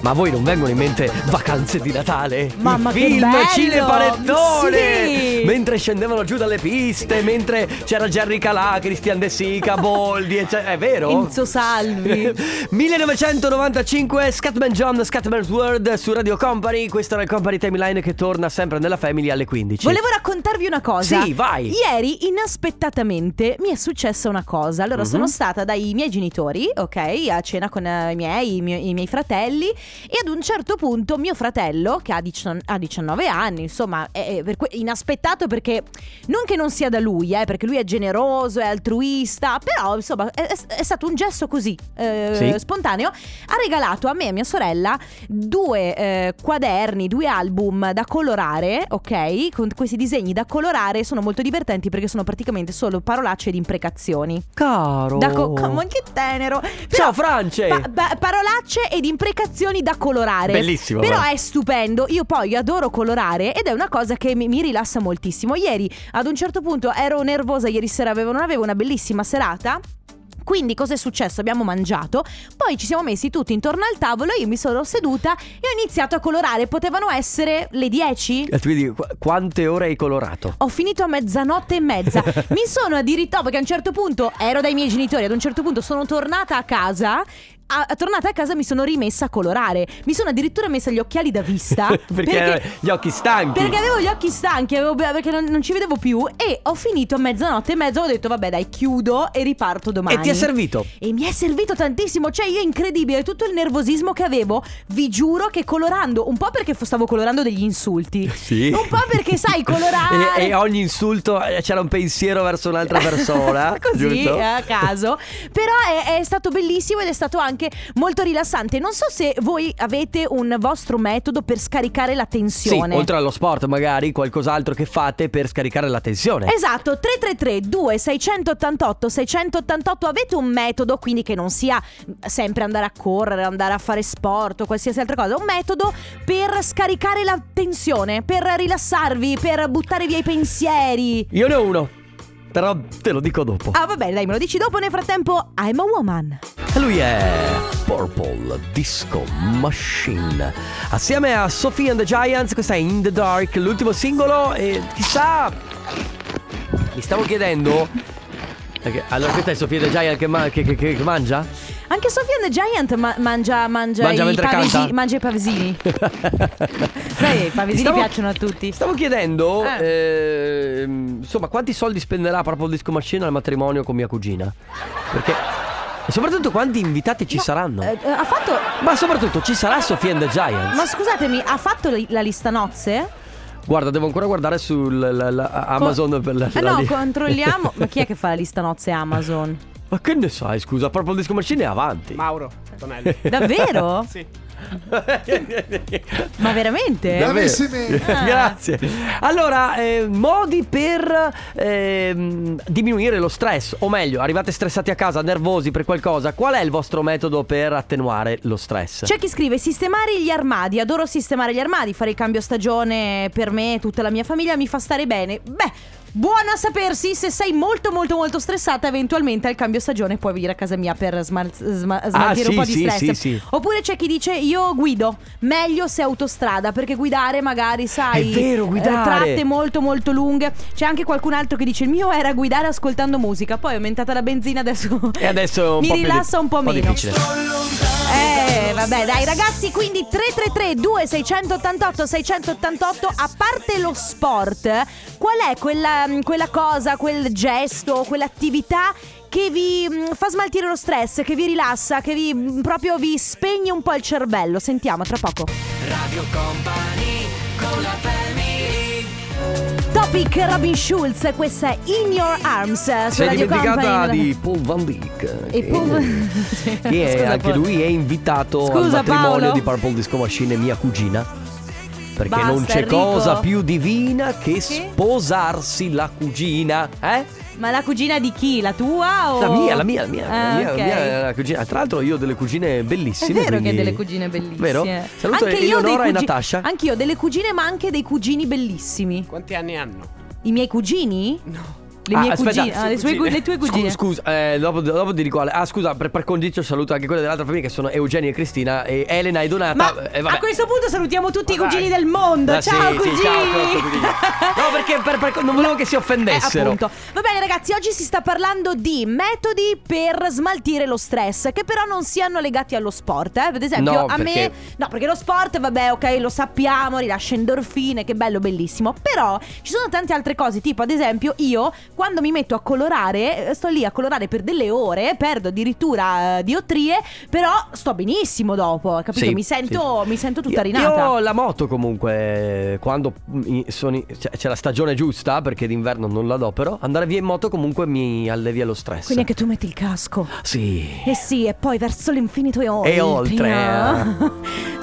[SPEAKER 3] Ma a voi non vengono in mente vacanze di Natale?
[SPEAKER 2] Mamma,
[SPEAKER 3] I
[SPEAKER 2] che
[SPEAKER 3] film
[SPEAKER 2] bello!
[SPEAKER 3] Cine Panettone!
[SPEAKER 2] Sì!
[SPEAKER 3] Mentre scendevano giù dalle piste, mentre c'era Jerry Calà, Cristian De Sica, Boldi, ecce- è vero?
[SPEAKER 2] Enzo Salvi.
[SPEAKER 3] 1995 Scatman John, Scatman's World su Radio Company, questo era il Company Timeline che torna sempre nella Family alle 15.
[SPEAKER 2] Volevo raccontarvi una cosa.
[SPEAKER 3] Sì, vai.
[SPEAKER 2] Ieri, inaspettatamente, mi è successa una cosa. cosa. Allora
[SPEAKER 3] Mhm.
[SPEAKER 2] sono stata dai miei genitori, ok, a cena con eh, i miei, i miei, i miei fratelli e ad un certo punto mio fratello, che ha, 19 ha 19 anni, insomma, è, è per que- inaspettato perché non che non sia da lui, eh, perché lui è generoso, è altruista, però insomma è, è- è stato un gesto così eh,
[SPEAKER 3] Sì.
[SPEAKER 2] spontaneo. Ha regalato a me e a mia sorella due eh, quaderni, due album da colorare, ok? Con questi disegni da colorare sono molto divertenti perché sono praticamente solo parolacce ed imprecazioni.
[SPEAKER 3] Caro.
[SPEAKER 2] Da co- come- che tenero!
[SPEAKER 3] Oh. Ciao, France!
[SPEAKER 2] pa- pa- parolacce ed imprecazioni da colorare.
[SPEAKER 3] Bellissimo,
[SPEAKER 2] Però
[SPEAKER 3] però.
[SPEAKER 2] è stupendo. Io poi adoro colorare ed è una cosa che mi, mi rilassa moltissimo. Ieri ad un certo punto ero nervosa, ieri sera avevo, non avevo una bellissima serata. Quindi cosa è successo? Abbiamo mangiato, poi ci siamo messi tutti intorno al tavolo, io mi sono seduta e ho iniziato a colorare. Potevano essere le 10?
[SPEAKER 3] Eh, tu mi dici, qu- quante ore hai colorato?
[SPEAKER 2] Ho finito a mezzanotte e mezza. Mi sono addirittura perché a un certo punto ero dai miei genitori, ad un certo punto sono tornata a casa. a- a- tornata a casa mi sono rimessa a colorare. Mi sono addirittura messa gli occhiali da vista.
[SPEAKER 3] Perché avevo gli occhi stanchi.
[SPEAKER 2] Ah, Perché avevo gli occhi stanchi, avevo- perché non, non ci vedevo più. E ho finito a mezzanotte e mezza. Ho detto, vabbè, dai, chiudo e riparto domani.
[SPEAKER 3] E ti è servito?
[SPEAKER 2] E mi è servito tantissimo, cioè io è incredibile, tutto il nervosismo che avevo, vi giuro che colorando, un po' perché fo- stavo colorando degli insulti, un po' perché sai colorare...
[SPEAKER 3] e, e ogni insulto eh, c'era un pensiero verso un'altra persona.
[SPEAKER 2] Così
[SPEAKER 3] giusto?
[SPEAKER 2] eh, a caso Però è, è stato bellissimo ed è stato anche molto rilassante Non so se voi avete un vostro metodo per scaricare la
[SPEAKER 3] Sì,
[SPEAKER 2] tensione
[SPEAKER 3] oltre allo sport, magari qualcos'altro che fate per scaricare la tensione.
[SPEAKER 2] Esatto, 333 2688 688 avete un metodo quindi che non sia sempre andare a correre, andare a fare sport o qualsiasi altra cosa, un metodo per scaricare la tensione, per rilassarvi, per buttare via i pensieri.
[SPEAKER 3] Io ne ho uno, però te lo dico dopo.
[SPEAKER 2] Ah vabbè, dai, me lo dici dopo, nel frattempo I'm a woman.
[SPEAKER 3] Lui è Purple Disco Machine. Assieme a Sophie and the Giants, questa è In the Dark, l'ultimo singolo e chissà... Mi stavo chiedendo... perché- allora questa è Sophie and the Giants che, ma- che- che- che- che mangia?
[SPEAKER 2] Anche Sophie and the Giant ma- mangia, mangia,
[SPEAKER 3] Mangia
[SPEAKER 2] i
[SPEAKER 3] mentre
[SPEAKER 2] pavesi-
[SPEAKER 3] canta?
[SPEAKER 2] mangia i pavesini. Sai, i pavesini
[SPEAKER 3] Stavo-
[SPEAKER 2] piacciono a tutti. Ah.
[SPEAKER 3] Stavo chiedendo, ehm, insomma, quanti soldi spenderà proprio il disco machine al matrimonio con mia cugina? Perché... E soprattutto quanti invitati ci saranno?
[SPEAKER 2] Eh, eh, ha fatto...
[SPEAKER 3] Ma soprattutto ci sarà Sophie and the Giants?
[SPEAKER 2] Ma scusatemi, ha fatto li- la lista nozze?
[SPEAKER 3] Guarda, devo ancora guardare su Amazon per la,
[SPEAKER 2] Eh
[SPEAKER 3] la-
[SPEAKER 2] no,
[SPEAKER 3] lì.
[SPEAKER 2] controlliamo. Ma chi è che fa la lista nozze Amazon?
[SPEAKER 3] Ma che ne sai, scusa, proprio il disco machine è avanti.
[SPEAKER 9] Mauro, Tonelli.
[SPEAKER 2] Davvero?
[SPEAKER 9] sì.
[SPEAKER 2] Ma veramente? Ah.
[SPEAKER 3] Grazie. Allora, eh, modi per ehm, diminuire lo stress, o meglio, arrivate stressati a casa, nervosi per qualcosa, qual è il vostro metodo per attenuare lo stress?
[SPEAKER 2] C'è chi scrive sistemare gli armadi, adoro sistemare gli armadi, fare il cambio stagione per me e tutta la mia famiglia mi fa stare bene. Beh, buono a sapersi, se sei molto molto molto stressata eventualmente al cambio stagione puoi venire a casa mia per smar- sma- smaltire
[SPEAKER 3] Ah, sì,
[SPEAKER 2] un po' di
[SPEAKER 3] sì,
[SPEAKER 2] stress.
[SPEAKER 3] sì, sì.
[SPEAKER 2] Oppure c'è chi dice io guido, meglio se autostrada perché guidare magari sai...
[SPEAKER 3] È vero,
[SPEAKER 2] eh,
[SPEAKER 3] guidare.
[SPEAKER 2] tratte molto molto lunghe. C'è anche qualcun altro che dice il mio era guidare ascoltando musica, poi è aumentata la benzina adesso...
[SPEAKER 3] E adesso è un
[SPEAKER 2] mi
[SPEAKER 3] po' più di-
[SPEAKER 2] rilassa un po'
[SPEAKER 3] un po'
[SPEAKER 2] meno.
[SPEAKER 3] difficile.
[SPEAKER 2] Eh, vabbè, dai ragazzi, quindi 333 2688 688 a parte lo sport, qual è quella, mm, quella cosa, quel gesto, quell'attività che vi mm, fa smaltire lo stress, che vi rilassa, che vi mm, proprio vi spegne un po' il cervello? Sentiamo tra poco. Topic Robin Schulz, questa è In Your Arms eh, su
[SPEAKER 3] Si è
[SPEAKER 2] Radio
[SPEAKER 3] dimenticata
[SPEAKER 2] Company.
[SPEAKER 3] di Paul Van eh. Dyck.
[SPEAKER 2] E
[SPEAKER 3] che-
[SPEAKER 2] poi-
[SPEAKER 3] che è-
[SPEAKER 2] Scusa,
[SPEAKER 3] anche
[SPEAKER 2] Paul.
[SPEAKER 3] lui è invitato al
[SPEAKER 2] Scusa,
[SPEAKER 3] matrimonio
[SPEAKER 2] Paolo.
[SPEAKER 3] di Purple Disco Machine e mia cugina. Perché
[SPEAKER 2] Basta,
[SPEAKER 3] non c'è
[SPEAKER 2] Enrico.
[SPEAKER 3] cosa più divina che
[SPEAKER 2] Sì?
[SPEAKER 3] sposarsi la cugina, eh?
[SPEAKER 2] Ma la cugina di chi? La tua o
[SPEAKER 3] La mia, la mia, la mia,
[SPEAKER 2] Ah,
[SPEAKER 3] la mia,
[SPEAKER 2] ok.
[SPEAKER 3] la mia, la cugina. Tra l'altro io ho delle cugine
[SPEAKER 2] È
[SPEAKER 3] bellissime.
[SPEAKER 2] vero che
[SPEAKER 3] quindi-
[SPEAKER 2] hai delle cugine bellissime.
[SPEAKER 3] Vero? Saluto
[SPEAKER 2] Anche io ho dei
[SPEAKER 3] Eleonora e
[SPEAKER 2] cugi-
[SPEAKER 3] Natascia.
[SPEAKER 2] Anche io ho delle cugine, ma anche dei cugini bellissimi.
[SPEAKER 9] Quanti anni hanno?
[SPEAKER 2] I miei cugini? No. Le mie
[SPEAKER 3] Ah, aspetta,
[SPEAKER 2] cugine, ah, le, sue cu- le tue
[SPEAKER 3] Scu-
[SPEAKER 2] cugine.
[SPEAKER 3] Scusa, eh, dopo, dopo ti dico. Ale- Ah, scusa, per, per condicio saluto anche quelle dell'altra famiglia che sono Eugenia e Cristina e Elena e Donata.
[SPEAKER 2] Ma
[SPEAKER 3] eh, vabbè.
[SPEAKER 2] a questo punto salutiamo tutti
[SPEAKER 9] Ma
[SPEAKER 2] i cugini
[SPEAKER 9] dai.
[SPEAKER 2] del mondo.
[SPEAKER 3] Ah, sì,
[SPEAKER 2] ciao,
[SPEAKER 3] sì,
[SPEAKER 2] cugini.
[SPEAKER 3] ciao, cugini. No, perché per- per- non volevo che si
[SPEAKER 2] Eh,
[SPEAKER 3] offendessero.
[SPEAKER 2] appunto. Va bene ragazzi, oggi si sta parlando di metodi per smaltire lo stress, che però non siano legati allo sport. eh. Ad esempio,
[SPEAKER 3] No,
[SPEAKER 2] a me...
[SPEAKER 3] perché-
[SPEAKER 2] No, perché lo sport, vabbè, ok, lo sappiamo, rilascia endorfine, che bello, bellissimo. Però ci sono tante altre cose, tipo ad esempio io, quando mi metto a colorare, eh, sto lì a colorare per delle ore, perdo addirittura eh, diotrie, però sto benissimo dopo, capito?
[SPEAKER 3] Sì,
[SPEAKER 2] mi, sento, mi sento tutta
[SPEAKER 3] Io-
[SPEAKER 2] rinata.
[SPEAKER 3] Io la moto comunque, quando mm, sono in- c'è, c'è la stagione giusta, perché d'inverno non la do, però andare via in moto comunque mi allevia lo stress.
[SPEAKER 2] Quindi anche tu metti il casco.
[SPEAKER 3] Sì.
[SPEAKER 2] Eh sì, e poi verso l'infinito e oltre.
[SPEAKER 3] E oltre, eh.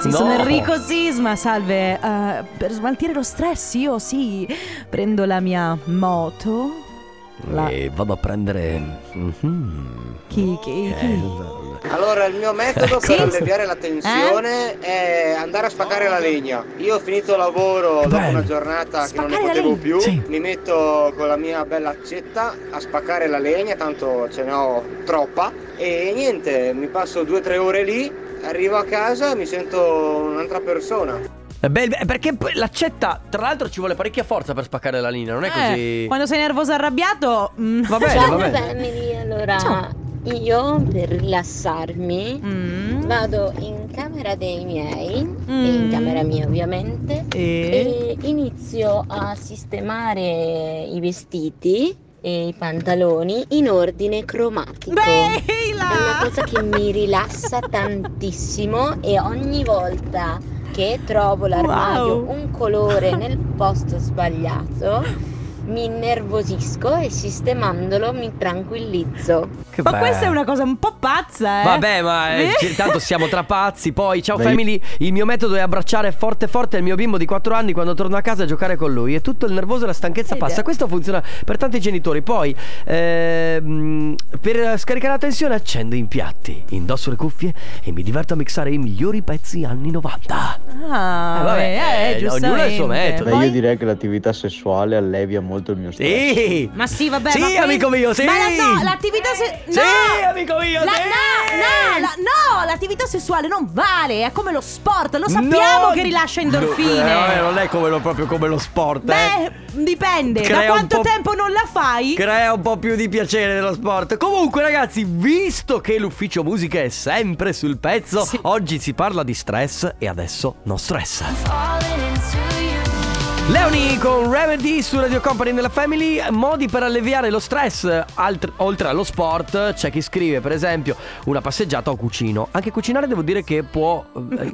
[SPEAKER 2] sì,
[SPEAKER 3] No.
[SPEAKER 2] sono Enrico Sisma, salve. Eh, per smaltire lo stress io sì, prendo la mia moto. La...
[SPEAKER 3] E vado a prendere... eh, Mhm.
[SPEAKER 2] Chi, chi, chi?
[SPEAKER 10] Allora, il mio metodo
[SPEAKER 2] Sì. Eh?
[SPEAKER 10] per alleviare la tensione è andare a spaccare la legna. Io ho finito lavoro
[SPEAKER 3] Che
[SPEAKER 10] dopo
[SPEAKER 3] bello.
[SPEAKER 10] una giornata che non ne
[SPEAKER 2] Spaccare la
[SPEAKER 10] potevo
[SPEAKER 2] legna.
[SPEAKER 10] più.
[SPEAKER 3] Sì.
[SPEAKER 10] Mi metto con la mia bella accetta a spaccare la legna, tanto ce ne ho troppa. E niente, mi passo due o tre ore lì, arrivo a casa e mi sento un'altra persona.
[SPEAKER 3] Eh, beh, beh, perché poi l'accetta, tra l'altro ci vuole parecchia forza per spaccare la linea, non è
[SPEAKER 2] Eh,
[SPEAKER 3] così...
[SPEAKER 2] quando sei nervoso e arrabbiato... mm.
[SPEAKER 3] Va bene,
[SPEAKER 11] Ciao
[SPEAKER 3] va bene.
[SPEAKER 11] family, allora
[SPEAKER 2] Ciao.
[SPEAKER 11] io per rilassarmi
[SPEAKER 2] Mm.
[SPEAKER 11] vado in camera dei miei,
[SPEAKER 2] Mm.
[SPEAKER 11] e in camera mia ovviamente,
[SPEAKER 2] E?
[SPEAKER 11] e inizio a sistemare i vestiti e i pantaloni in ordine cromatico. È una
[SPEAKER 2] Bella!
[SPEAKER 11] cosa che mi rilassa tantissimo e ogni volta che trovo l'armadio
[SPEAKER 2] Wow.
[SPEAKER 11] un colore nel posto sbagliato mi innervosisco e sistemandolo mi tranquillizzo.
[SPEAKER 3] Che
[SPEAKER 2] Ma
[SPEAKER 3] bello.
[SPEAKER 2] questa è una cosa un po' pazza, eh?
[SPEAKER 3] Vabbè, ma eh,
[SPEAKER 2] Beh.
[SPEAKER 3] c- tanto siamo tra pazzi. Poi, ciao
[SPEAKER 6] Beh,
[SPEAKER 3] family. Il mio metodo è abbracciare forte forte il mio bimbo di 4 anni quando torno a casa a giocare con lui. E tutto il nervoso e la stanchezza
[SPEAKER 2] Ed è-
[SPEAKER 3] passa. Questo funziona per tanti genitori. Poi, ehm, per scaricare la tensione, accendo i piatti, indosso le cuffie e mi diverto a mixare i migliori pezzi anni 90.
[SPEAKER 2] Ah,
[SPEAKER 3] Eh, vabbè,
[SPEAKER 2] vabbè, eh,
[SPEAKER 3] eh, ognuno ha il suo
[SPEAKER 2] giustamente.
[SPEAKER 3] metodo.
[SPEAKER 6] Beh,
[SPEAKER 2] Poi-
[SPEAKER 6] io direi che l'attività sessuale allevia molto il mio stress.
[SPEAKER 3] Sì.
[SPEAKER 2] Ma sì, vabbè.
[SPEAKER 3] Sì,
[SPEAKER 2] ma quindi-
[SPEAKER 3] amico mio, sì.
[SPEAKER 2] Ma la- no, l'attività se-
[SPEAKER 3] Sì,
[SPEAKER 2] no!
[SPEAKER 3] amico mio,
[SPEAKER 2] La-
[SPEAKER 3] sì.
[SPEAKER 2] no, no, la- no, l'attività sessuale non vale, è come lo sport, lo sappiamo
[SPEAKER 3] No.
[SPEAKER 2] che rilascia
[SPEAKER 3] No, eh,
[SPEAKER 2] endorfine.
[SPEAKER 3] non è come lo, proprio come lo sport, eh.
[SPEAKER 2] Beh, dipende.
[SPEAKER 3] Crea
[SPEAKER 2] da
[SPEAKER 3] un
[SPEAKER 2] quanto
[SPEAKER 3] po'
[SPEAKER 2] tempo non la fai?
[SPEAKER 3] Crea un po' più di piacere dello sport. Comunque, ragazzi, visto che l'ufficio musica è sempre sul pezzo,
[SPEAKER 2] Sì.
[SPEAKER 3] oggi si parla di stress e adesso no stress. Leoni con Remedy su Radio Company nella Family, modi per alleviare lo stress. Alt- oltre allo sport, c'è chi scrive, per esempio, una passeggiata o cucino. Anche cucinare devo dire che può. eh,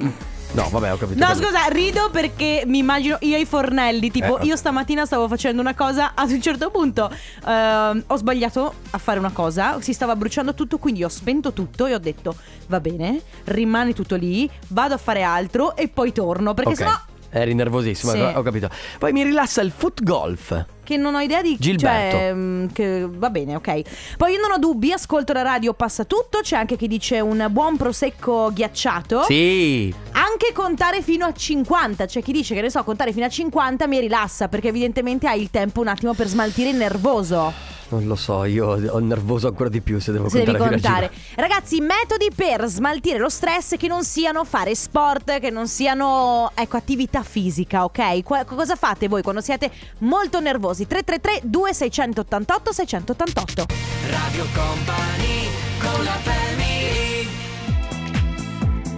[SPEAKER 3] No, vabbè, ho capito.
[SPEAKER 2] No,
[SPEAKER 3] Capito.
[SPEAKER 2] scusa, rido perché mi immagino io ai fornelli. Tipo,
[SPEAKER 3] Eh.
[SPEAKER 2] io stamattina stavo facendo una cosa. Ad un certo punto ehm, ho sbagliato a fare una cosa. Si stava bruciando tutto, quindi ho spento tutto e ho detto: va bene, rimane tutto lì, vado a fare altro e poi torno. Perché
[SPEAKER 3] Ok.
[SPEAKER 2] sennò.
[SPEAKER 3] Eri nervosissimo,
[SPEAKER 2] Sì. Oh.
[SPEAKER 3] ho capito. Poi mi rilassa il foot golf.
[SPEAKER 2] Che non ho idea di
[SPEAKER 3] Gilberto.
[SPEAKER 2] cioè, mm, che va bene, ok. Poi io non ho dubbi, ascolto la radio, passa tutto. C'è anche chi dice un buon prosecco ghiacciato.
[SPEAKER 3] Sì,
[SPEAKER 2] Anche contare fino a 50, c'è chi dice che ne so, contare fino a 50 mi rilassa perché evidentemente hai il tempo un attimo per smaltire il nervoso.
[SPEAKER 3] Non lo so, io ho il nervoso ancora di più se devo
[SPEAKER 2] Se devi
[SPEAKER 3] contare fino a
[SPEAKER 2] contare.
[SPEAKER 3] cinque.
[SPEAKER 2] Ragazzi, metodi per smaltire lo stress che non siano fare sport, che non siano ecco attività fisica, ok? Qua- cosa fate voi quando siete molto nervosi? 333 2688 688.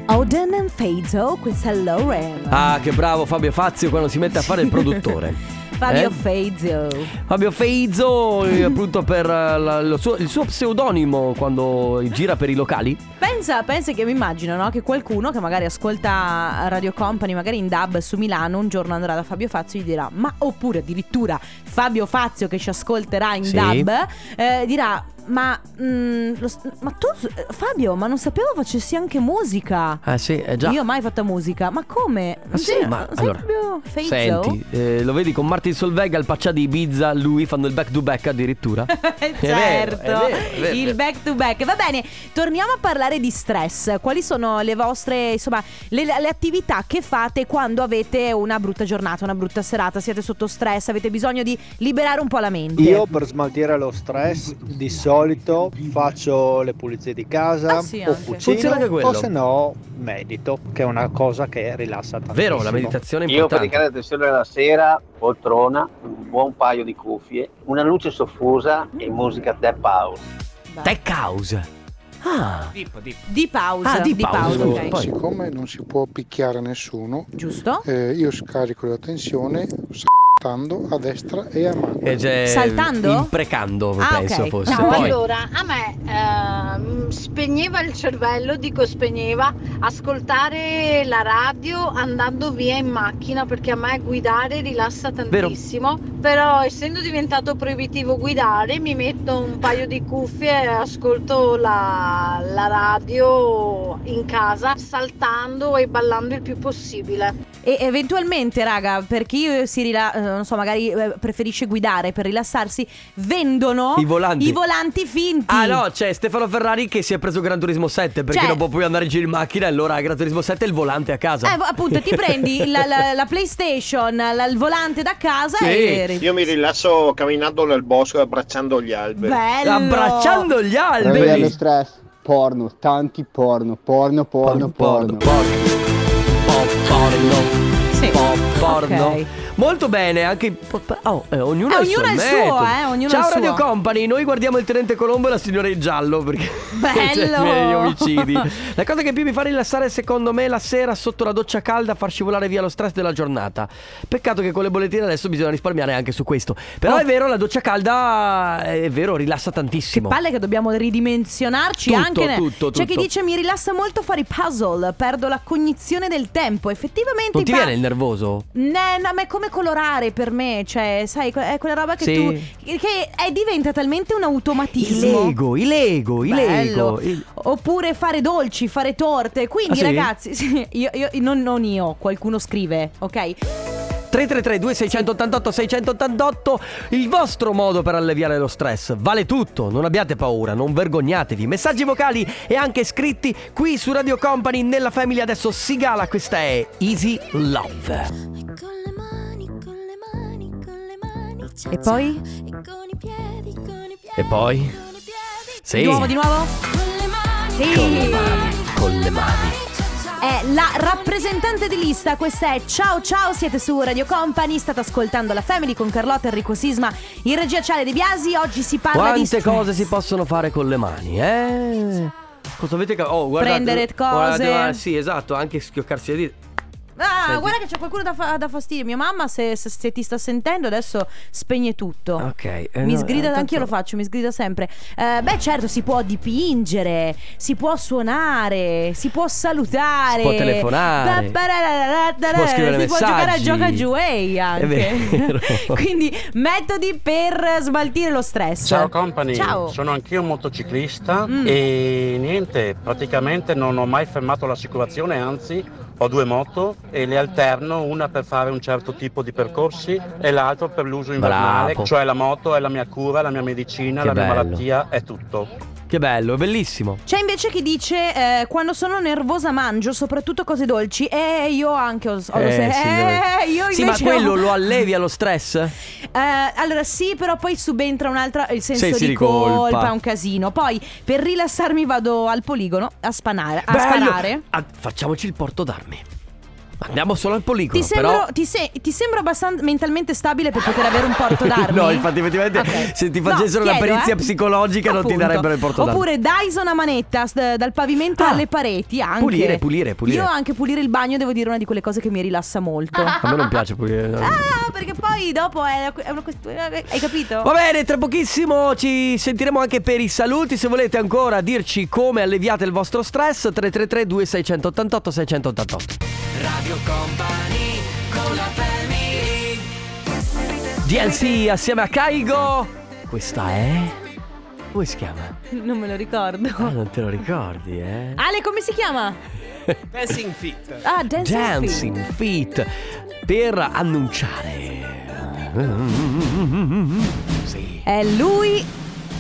[SPEAKER 2] Oden and Feizo, questa è Lauren.
[SPEAKER 3] Ah, che bravo Fabio Fazio quando si mette a fare il produttore.
[SPEAKER 2] Fabio
[SPEAKER 3] Eh?
[SPEAKER 2] Feizo.
[SPEAKER 3] Fabio Feizzo, eh, appunto per eh, la- lo suo- il suo pseudonimo quando gira per i locali.
[SPEAKER 2] Pensa, pensa che mi immagino no? che qualcuno che magari ascolta Radio Company, magari in DAB su Milano, un giorno andrà da Fabio Fazio e gli dirà, ma oppure addirittura Fabio Fazio che ci ascolterà in
[SPEAKER 3] Sì.
[SPEAKER 2] DAB, eh, dirà, ma, mm, lo s- ma tu eh, Fabio, ma non sapevo facessi anche musica.
[SPEAKER 3] Ah sì, eh già.
[SPEAKER 2] Io ho mai fatta musica, ma come?
[SPEAKER 3] Ah, sì,
[SPEAKER 2] Cioè,
[SPEAKER 3] ma
[SPEAKER 2] sai
[SPEAKER 3] allora,
[SPEAKER 2] proprio Fazio?
[SPEAKER 3] senti, eh, lo vedi con Martin Solvega, il Paccia di Ibiza, lui fanno il back to back addirittura.
[SPEAKER 2] Eh,
[SPEAKER 3] vero,
[SPEAKER 2] certo,
[SPEAKER 3] è vero, è vero.
[SPEAKER 2] il back to back. Va bene, torniamo a parlare di stress. Quali sono le vostre, insomma, le, le attività che fate quando avete una brutta giornata, una brutta serata, siete sotto stress, avete bisogno di liberare un po' la mente?
[SPEAKER 12] Io per smaltire lo stress di solito faccio le pulizie di casa
[SPEAKER 2] Ah, sì,
[SPEAKER 12] o
[SPEAKER 2] anche.
[SPEAKER 3] Funziona
[SPEAKER 12] cucino
[SPEAKER 3] anche quello.
[SPEAKER 12] o se no medito che è una cosa che rilassa tantissimo.
[SPEAKER 3] Vero, la meditazione è
[SPEAKER 10] Io per
[SPEAKER 3] importante.
[SPEAKER 10] praticare la tensione la sera, poltrona, un buon paio di cuffie, una luce soffusa e musica tap house.
[SPEAKER 3] Tech house. Ah,
[SPEAKER 9] Dippo, dippo.
[SPEAKER 2] Di pausa,
[SPEAKER 3] Ah, di pausa,
[SPEAKER 2] ok.
[SPEAKER 3] poi.
[SPEAKER 13] Siccome non si può picchiare nessuno,
[SPEAKER 2] Giusto?
[SPEAKER 13] eh, io scarico la tensione saltando a destra e a mano.
[SPEAKER 14] Eh,
[SPEAKER 3] Che c'è-
[SPEAKER 2] Saltando?
[SPEAKER 3] Imprecando,
[SPEAKER 2] Ah,
[SPEAKER 3] penso
[SPEAKER 2] ok.
[SPEAKER 3] fosse.
[SPEAKER 15] No,
[SPEAKER 3] Poi-
[SPEAKER 15] allora a me ehm, spegneva il cervello, dico spegneva, ascoltare la radio andando via in macchina perché a me guidare rilassa tantissimo, però essendo diventato proibitivo guidare mi metto un paio di cuffie e ascolto la, la radio in casa saltando e ballando il più possibile.
[SPEAKER 2] E eventualmente, raga, per chi eh, si rila- eh, non so, magari eh, preferisce guidare per rilassarsi, vendono
[SPEAKER 3] I volanti.
[SPEAKER 2] i volanti finti.
[SPEAKER 3] Ah no, c'è Stefano Ferrari che si è preso Gran Turismo 7 perché
[SPEAKER 2] Cioè-
[SPEAKER 3] non può più andare in giro in macchina, allora Gran Turismo 7 è il volante a casa.
[SPEAKER 2] Eh, appunto, ti prendi la, la- la PlayStation, la- il volante da casa e.
[SPEAKER 16] Io mi rilasso camminando nel bosco e abbracciando gli alberi.
[SPEAKER 2] Bello! Abbracciando
[SPEAKER 3] gli
[SPEAKER 14] Rivela lo stress. Porno, tanti porno, porno, porno, porno.
[SPEAKER 2] Sì.
[SPEAKER 3] Porno.
[SPEAKER 2] Ok.
[SPEAKER 3] Molto bene, anche. Oh, eh, ognuno
[SPEAKER 2] Eh,
[SPEAKER 3] ha il
[SPEAKER 2] ognuno
[SPEAKER 3] suo.
[SPEAKER 2] ha il
[SPEAKER 3] metodo.
[SPEAKER 2] suo, eh, ognuno ha
[SPEAKER 3] Ciao
[SPEAKER 2] il suo.
[SPEAKER 3] Radio Company, noi guardiamo il Tenente Colombo e la signora in giallo perché.
[SPEAKER 2] Bello!
[SPEAKER 3] cioè, gli omicidi. La cosa che più mi fa rilassare, secondo me, è la sera sotto la doccia calda far scivolare via lo stress della giornata. Peccato che con le bollettine adesso bisogna risparmiare anche su questo. Però
[SPEAKER 2] Oh.
[SPEAKER 3] è vero, la doccia calda eh, è vero, rilassa tantissimo.
[SPEAKER 2] Palle che dobbiamo ridimensionarci
[SPEAKER 3] Tutto,
[SPEAKER 2] anche. ne-
[SPEAKER 3] tutto,
[SPEAKER 2] C'è chi
[SPEAKER 3] tutto.
[SPEAKER 2] dice mi rilassa molto fare i puzzle, perdo la cognizione del tempo. Effettivamente.
[SPEAKER 3] non ti
[SPEAKER 2] i pa-
[SPEAKER 3] viene il nervoso?
[SPEAKER 2] Ne- no, ma è come colorare per me, cioè, sai, que- è quella roba che
[SPEAKER 3] Sì.
[SPEAKER 2] tu. che è, diventa talmente un
[SPEAKER 3] Il
[SPEAKER 2] automatismo.
[SPEAKER 3] Lego, il Lego, il
[SPEAKER 2] Bello.
[SPEAKER 3] Lego. il-
[SPEAKER 2] Oppure fare dolci, fare torte. Quindi,
[SPEAKER 3] Ah, sì?
[SPEAKER 2] ragazzi, sì, io, io- non, non io, qualcuno scrive, ok?
[SPEAKER 3] 333 2688 688 il vostro modo per alleviare lo stress vale tutto non abbiate paura non vergognatevi messaggi vocali e anche scritti qui su Radio Company nella famiglia adesso Sigala questa è Easy Love
[SPEAKER 2] E poi?
[SPEAKER 3] e poi sì
[SPEAKER 2] Di nuovo, di nuovo? Sì.
[SPEAKER 3] con le mani
[SPEAKER 2] È la rappresentante di lista, questa è Ciao Ciao, siete su Radio Company, state ascoltando la Family con Carlotta Enrico Sisma, in regia Ciale De Biasi, oggi si parla di...
[SPEAKER 3] quante
[SPEAKER 2] stress.
[SPEAKER 3] cose si possono fare con le mani eh cosa avete cap- oh guardate
[SPEAKER 2] Prendere cose.
[SPEAKER 3] guardate, guardate, sì esatto anche schioccarsi le dita
[SPEAKER 2] Ah,
[SPEAKER 3] Senti.
[SPEAKER 2] guarda che c'è qualcuno da, fa- da fastidio, mia mamma se, se- se ti sta sentendo adesso spegne tutto.
[SPEAKER 3] ok eh,
[SPEAKER 2] Oh. mi
[SPEAKER 3] no,
[SPEAKER 2] sgrida,
[SPEAKER 3] tanto-
[SPEAKER 2] anch'io lo faccio, mi sgrida sempre. Eh, beh, certo, si può dipingere, si può suonare, si può salutare,
[SPEAKER 3] Si può telefonare,
[SPEAKER 2] si
[SPEAKER 3] può scrivere
[SPEAKER 2] si può giocare a
[SPEAKER 3] messaggi.
[SPEAKER 2] gioca giuei
[SPEAKER 3] è
[SPEAKER 2] anche.
[SPEAKER 3] vero
[SPEAKER 2] Quindi metodi per smaltire lo stress.
[SPEAKER 17] Ciao company,
[SPEAKER 2] Ciao.
[SPEAKER 17] sono anch'io un motociclista
[SPEAKER 3] Mm.
[SPEAKER 17] e niente, praticamente non ho mai fermato l'assicurazione, anzi ho due moto e le alterno, una per fare un certo tipo di percorsi e l'altra per l'uso invernale,
[SPEAKER 3] Bravo.
[SPEAKER 17] cioè la moto è la mia cura, la mia medicina,
[SPEAKER 3] Che
[SPEAKER 17] la mia
[SPEAKER 3] bello.
[SPEAKER 17] malattia, è tutto.
[SPEAKER 3] che bello è bellissimo
[SPEAKER 2] C'è invece chi dice eh, quando sono nervosa mangio soprattutto cose dolci e io anche ho, ho lo
[SPEAKER 3] Eh,
[SPEAKER 2] Esatto. se-
[SPEAKER 3] signore.
[SPEAKER 2] eh, io
[SPEAKER 3] sì,
[SPEAKER 2] invece
[SPEAKER 3] ma quello
[SPEAKER 2] ho-
[SPEAKER 3] lo allevia lo stress?
[SPEAKER 2] Eh, allora sì, però poi subentra un'altra il senso
[SPEAKER 3] Sensi
[SPEAKER 2] di
[SPEAKER 3] di colpa.
[SPEAKER 2] colpa, un casino. Poi per rilassarmi vado al poligono a spanare, a sparare.
[SPEAKER 3] Ah, faccimoci il porto d'armi. Andiamo solo al poligono.
[SPEAKER 2] Ti sembro,
[SPEAKER 3] però...
[SPEAKER 2] ti se- ti sembro abbastanza mentalmente stabile per poter avere un porto d'armi?
[SPEAKER 3] No, infatti, effettivamente, se ti facessero
[SPEAKER 2] No,
[SPEAKER 3] una
[SPEAKER 2] chiedo,
[SPEAKER 3] perizia
[SPEAKER 2] eh.
[SPEAKER 3] psicologica, non ti
[SPEAKER 2] Appunto.
[SPEAKER 3] darebbero il porto d'armi. Ah.
[SPEAKER 2] Oppure Dyson a manetta, s- dal pavimento alle pareti anche.
[SPEAKER 3] Pulire, pulire, pulire.
[SPEAKER 2] Io anche pulire il bagno devo dire una di quelle cose che mi rilassa molto.
[SPEAKER 3] A me non piace pulire. no.
[SPEAKER 2] Ah, perché poi dopo è, è una questione... Hai capito?
[SPEAKER 3] Va bene, tra pochissimo ci sentiremo anche per i saluti. Se volete ancora dirci come alleviate il vostro stress, 333 2688 688.
[SPEAKER 4] Radio Company con la family.
[SPEAKER 3] DLC assieme a Kaigo. Questa è. Come si chiama?
[SPEAKER 2] Non me lo ricordo.
[SPEAKER 3] Ah, non te lo ricordi, eh?
[SPEAKER 2] Ale, come si chiama?
[SPEAKER 9] Dancing Fit.
[SPEAKER 2] Ah, Dancing, Feet.
[SPEAKER 3] Dancing Feet per annunciare. Sì.
[SPEAKER 2] È lui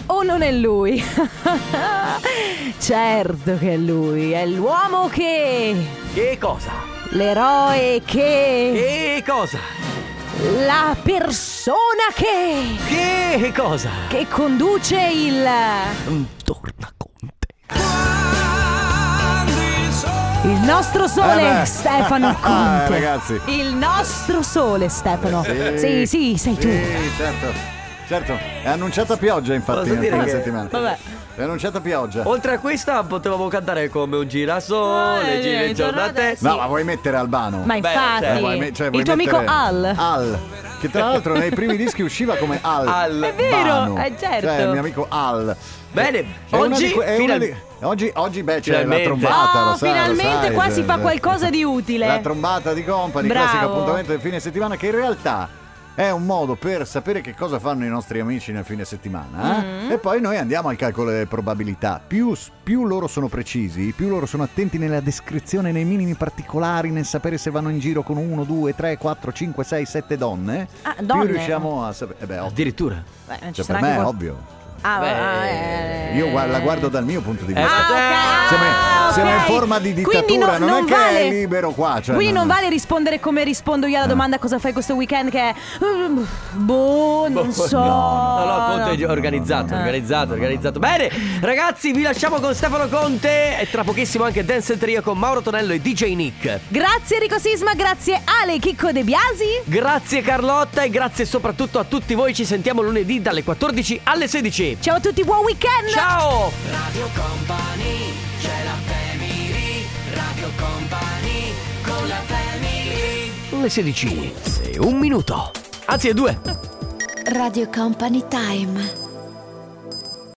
[SPEAKER 2] o non è lui? certo che è lui, è l'uomo che...
[SPEAKER 3] Che cosa?
[SPEAKER 2] L'eroe che...
[SPEAKER 3] Che cosa?
[SPEAKER 2] La persona che...
[SPEAKER 3] Che cosa?
[SPEAKER 2] Che conduce il... Il nostro
[SPEAKER 18] Eh
[SPEAKER 2] sole,
[SPEAKER 18] beh.
[SPEAKER 2] Stefano Conte.
[SPEAKER 18] Eh, ragazzi.
[SPEAKER 2] Il nostro sole, Stefano. Sì, sì, sei tu.
[SPEAKER 18] Sì, certo. Certo, è annunciata pioggia infatti
[SPEAKER 3] Posso
[SPEAKER 18] in
[SPEAKER 3] dire
[SPEAKER 18] alcune
[SPEAKER 3] che-
[SPEAKER 18] settimane.
[SPEAKER 3] vabbè.
[SPEAKER 18] È annunciata pioggia.
[SPEAKER 3] Oltre a questa potevamo cantare come un girasole,
[SPEAKER 2] Eh,
[SPEAKER 3] gira intorno a te.
[SPEAKER 18] No, ma vuoi mettere Albano?
[SPEAKER 2] Ma
[SPEAKER 18] Beh,
[SPEAKER 2] infatti.
[SPEAKER 18] cioè, vuoi me- cioè, vuoi
[SPEAKER 2] Il tuo amico
[SPEAKER 18] mettere
[SPEAKER 2] Al.
[SPEAKER 18] Al. Che tra l'altro nei primi dischi usciva come Al.
[SPEAKER 3] Al.
[SPEAKER 2] È vero,
[SPEAKER 18] Bano.
[SPEAKER 2] eh, certo.
[SPEAKER 18] Cioè, il mio amico Al.
[SPEAKER 3] Bene,
[SPEAKER 18] È una di
[SPEAKER 3] oggi
[SPEAKER 18] que- è una
[SPEAKER 3] final-
[SPEAKER 18] di- Oggi, oggi, beh, c'è
[SPEAKER 3] Finalmente.
[SPEAKER 18] la trombata.
[SPEAKER 2] Oh,
[SPEAKER 18] lo sai, lo
[SPEAKER 2] finalmente
[SPEAKER 18] sai,
[SPEAKER 2] qua
[SPEAKER 18] cioè,
[SPEAKER 2] si fa
[SPEAKER 18] eh,
[SPEAKER 2] qualcosa di utile.
[SPEAKER 18] La trombata di company,
[SPEAKER 2] Ah, eh. Bravo.
[SPEAKER 18] classico appuntamento del fine settimana che in realtà è un modo per sapere che cosa fanno i nostri amici nel fine settimana. eh?
[SPEAKER 2] Mm.
[SPEAKER 18] E poi noi andiamo al calcolo delle probabilità. Più, s- più loro sono precisi, più loro sono attenti nella descrizione, nei minimi particolari, nel sapere se vanno in giro con 1, 2, 3, 4, 5, 6, 7 donne.
[SPEAKER 2] Ah, donne?
[SPEAKER 18] Più riusciamo a sapere. Eh beh, ovvio.
[SPEAKER 3] Addirittura.
[SPEAKER 2] Beh, non ci
[SPEAKER 18] Cioè,
[SPEAKER 2] sarà
[SPEAKER 18] per me
[SPEAKER 2] anche
[SPEAKER 18] è
[SPEAKER 2] qual-
[SPEAKER 18] ovvio.
[SPEAKER 2] Ah, eh, Ah,
[SPEAKER 18] Io gua- la guardo dal mio punto di
[SPEAKER 3] Eh,
[SPEAKER 18] vista. siamo, in, siamo in forma di
[SPEAKER 2] Quindi
[SPEAKER 18] dittatura,
[SPEAKER 2] no-
[SPEAKER 18] non,
[SPEAKER 2] non
[SPEAKER 18] è che
[SPEAKER 2] vale-
[SPEAKER 18] è libero qua. Cioè,
[SPEAKER 2] Quindi
[SPEAKER 18] no, Eh.
[SPEAKER 2] non
[SPEAKER 18] no.
[SPEAKER 2] vale rispondere come rispondo io alla domanda cosa fai questo weekend che è "Mm, boh, non so.
[SPEAKER 3] No, no, Conte è gi- organizzato,
[SPEAKER 2] Eh.
[SPEAKER 3] organizzato, organizzato. Bene, ragazzi, vi lasciamo con Stefano Conte e tra pochissimo anche Dance Trio con Mauro Tonello e DJ Nick.
[SPEAKER 2] Grazie Enrico Sisma, grazie Ale Chicco De Biasi.
[SPEAKER 3] Grazie Carlotta e grazie soprattutto a tutti voi. Ci sentiamo lunedì dalle 14 alle 16.
[SPEAKER 2] Ciao a tutti, buon weekend.
[SPEAKER 3] Ciao!
[SPEAKER 4] Radio Company, c'è la family, Radio Company, con la family.
[SPEAKER 3] Le 16 e un minuto. Anzi, è due.
[SPEAKER 7] Radio Company Time.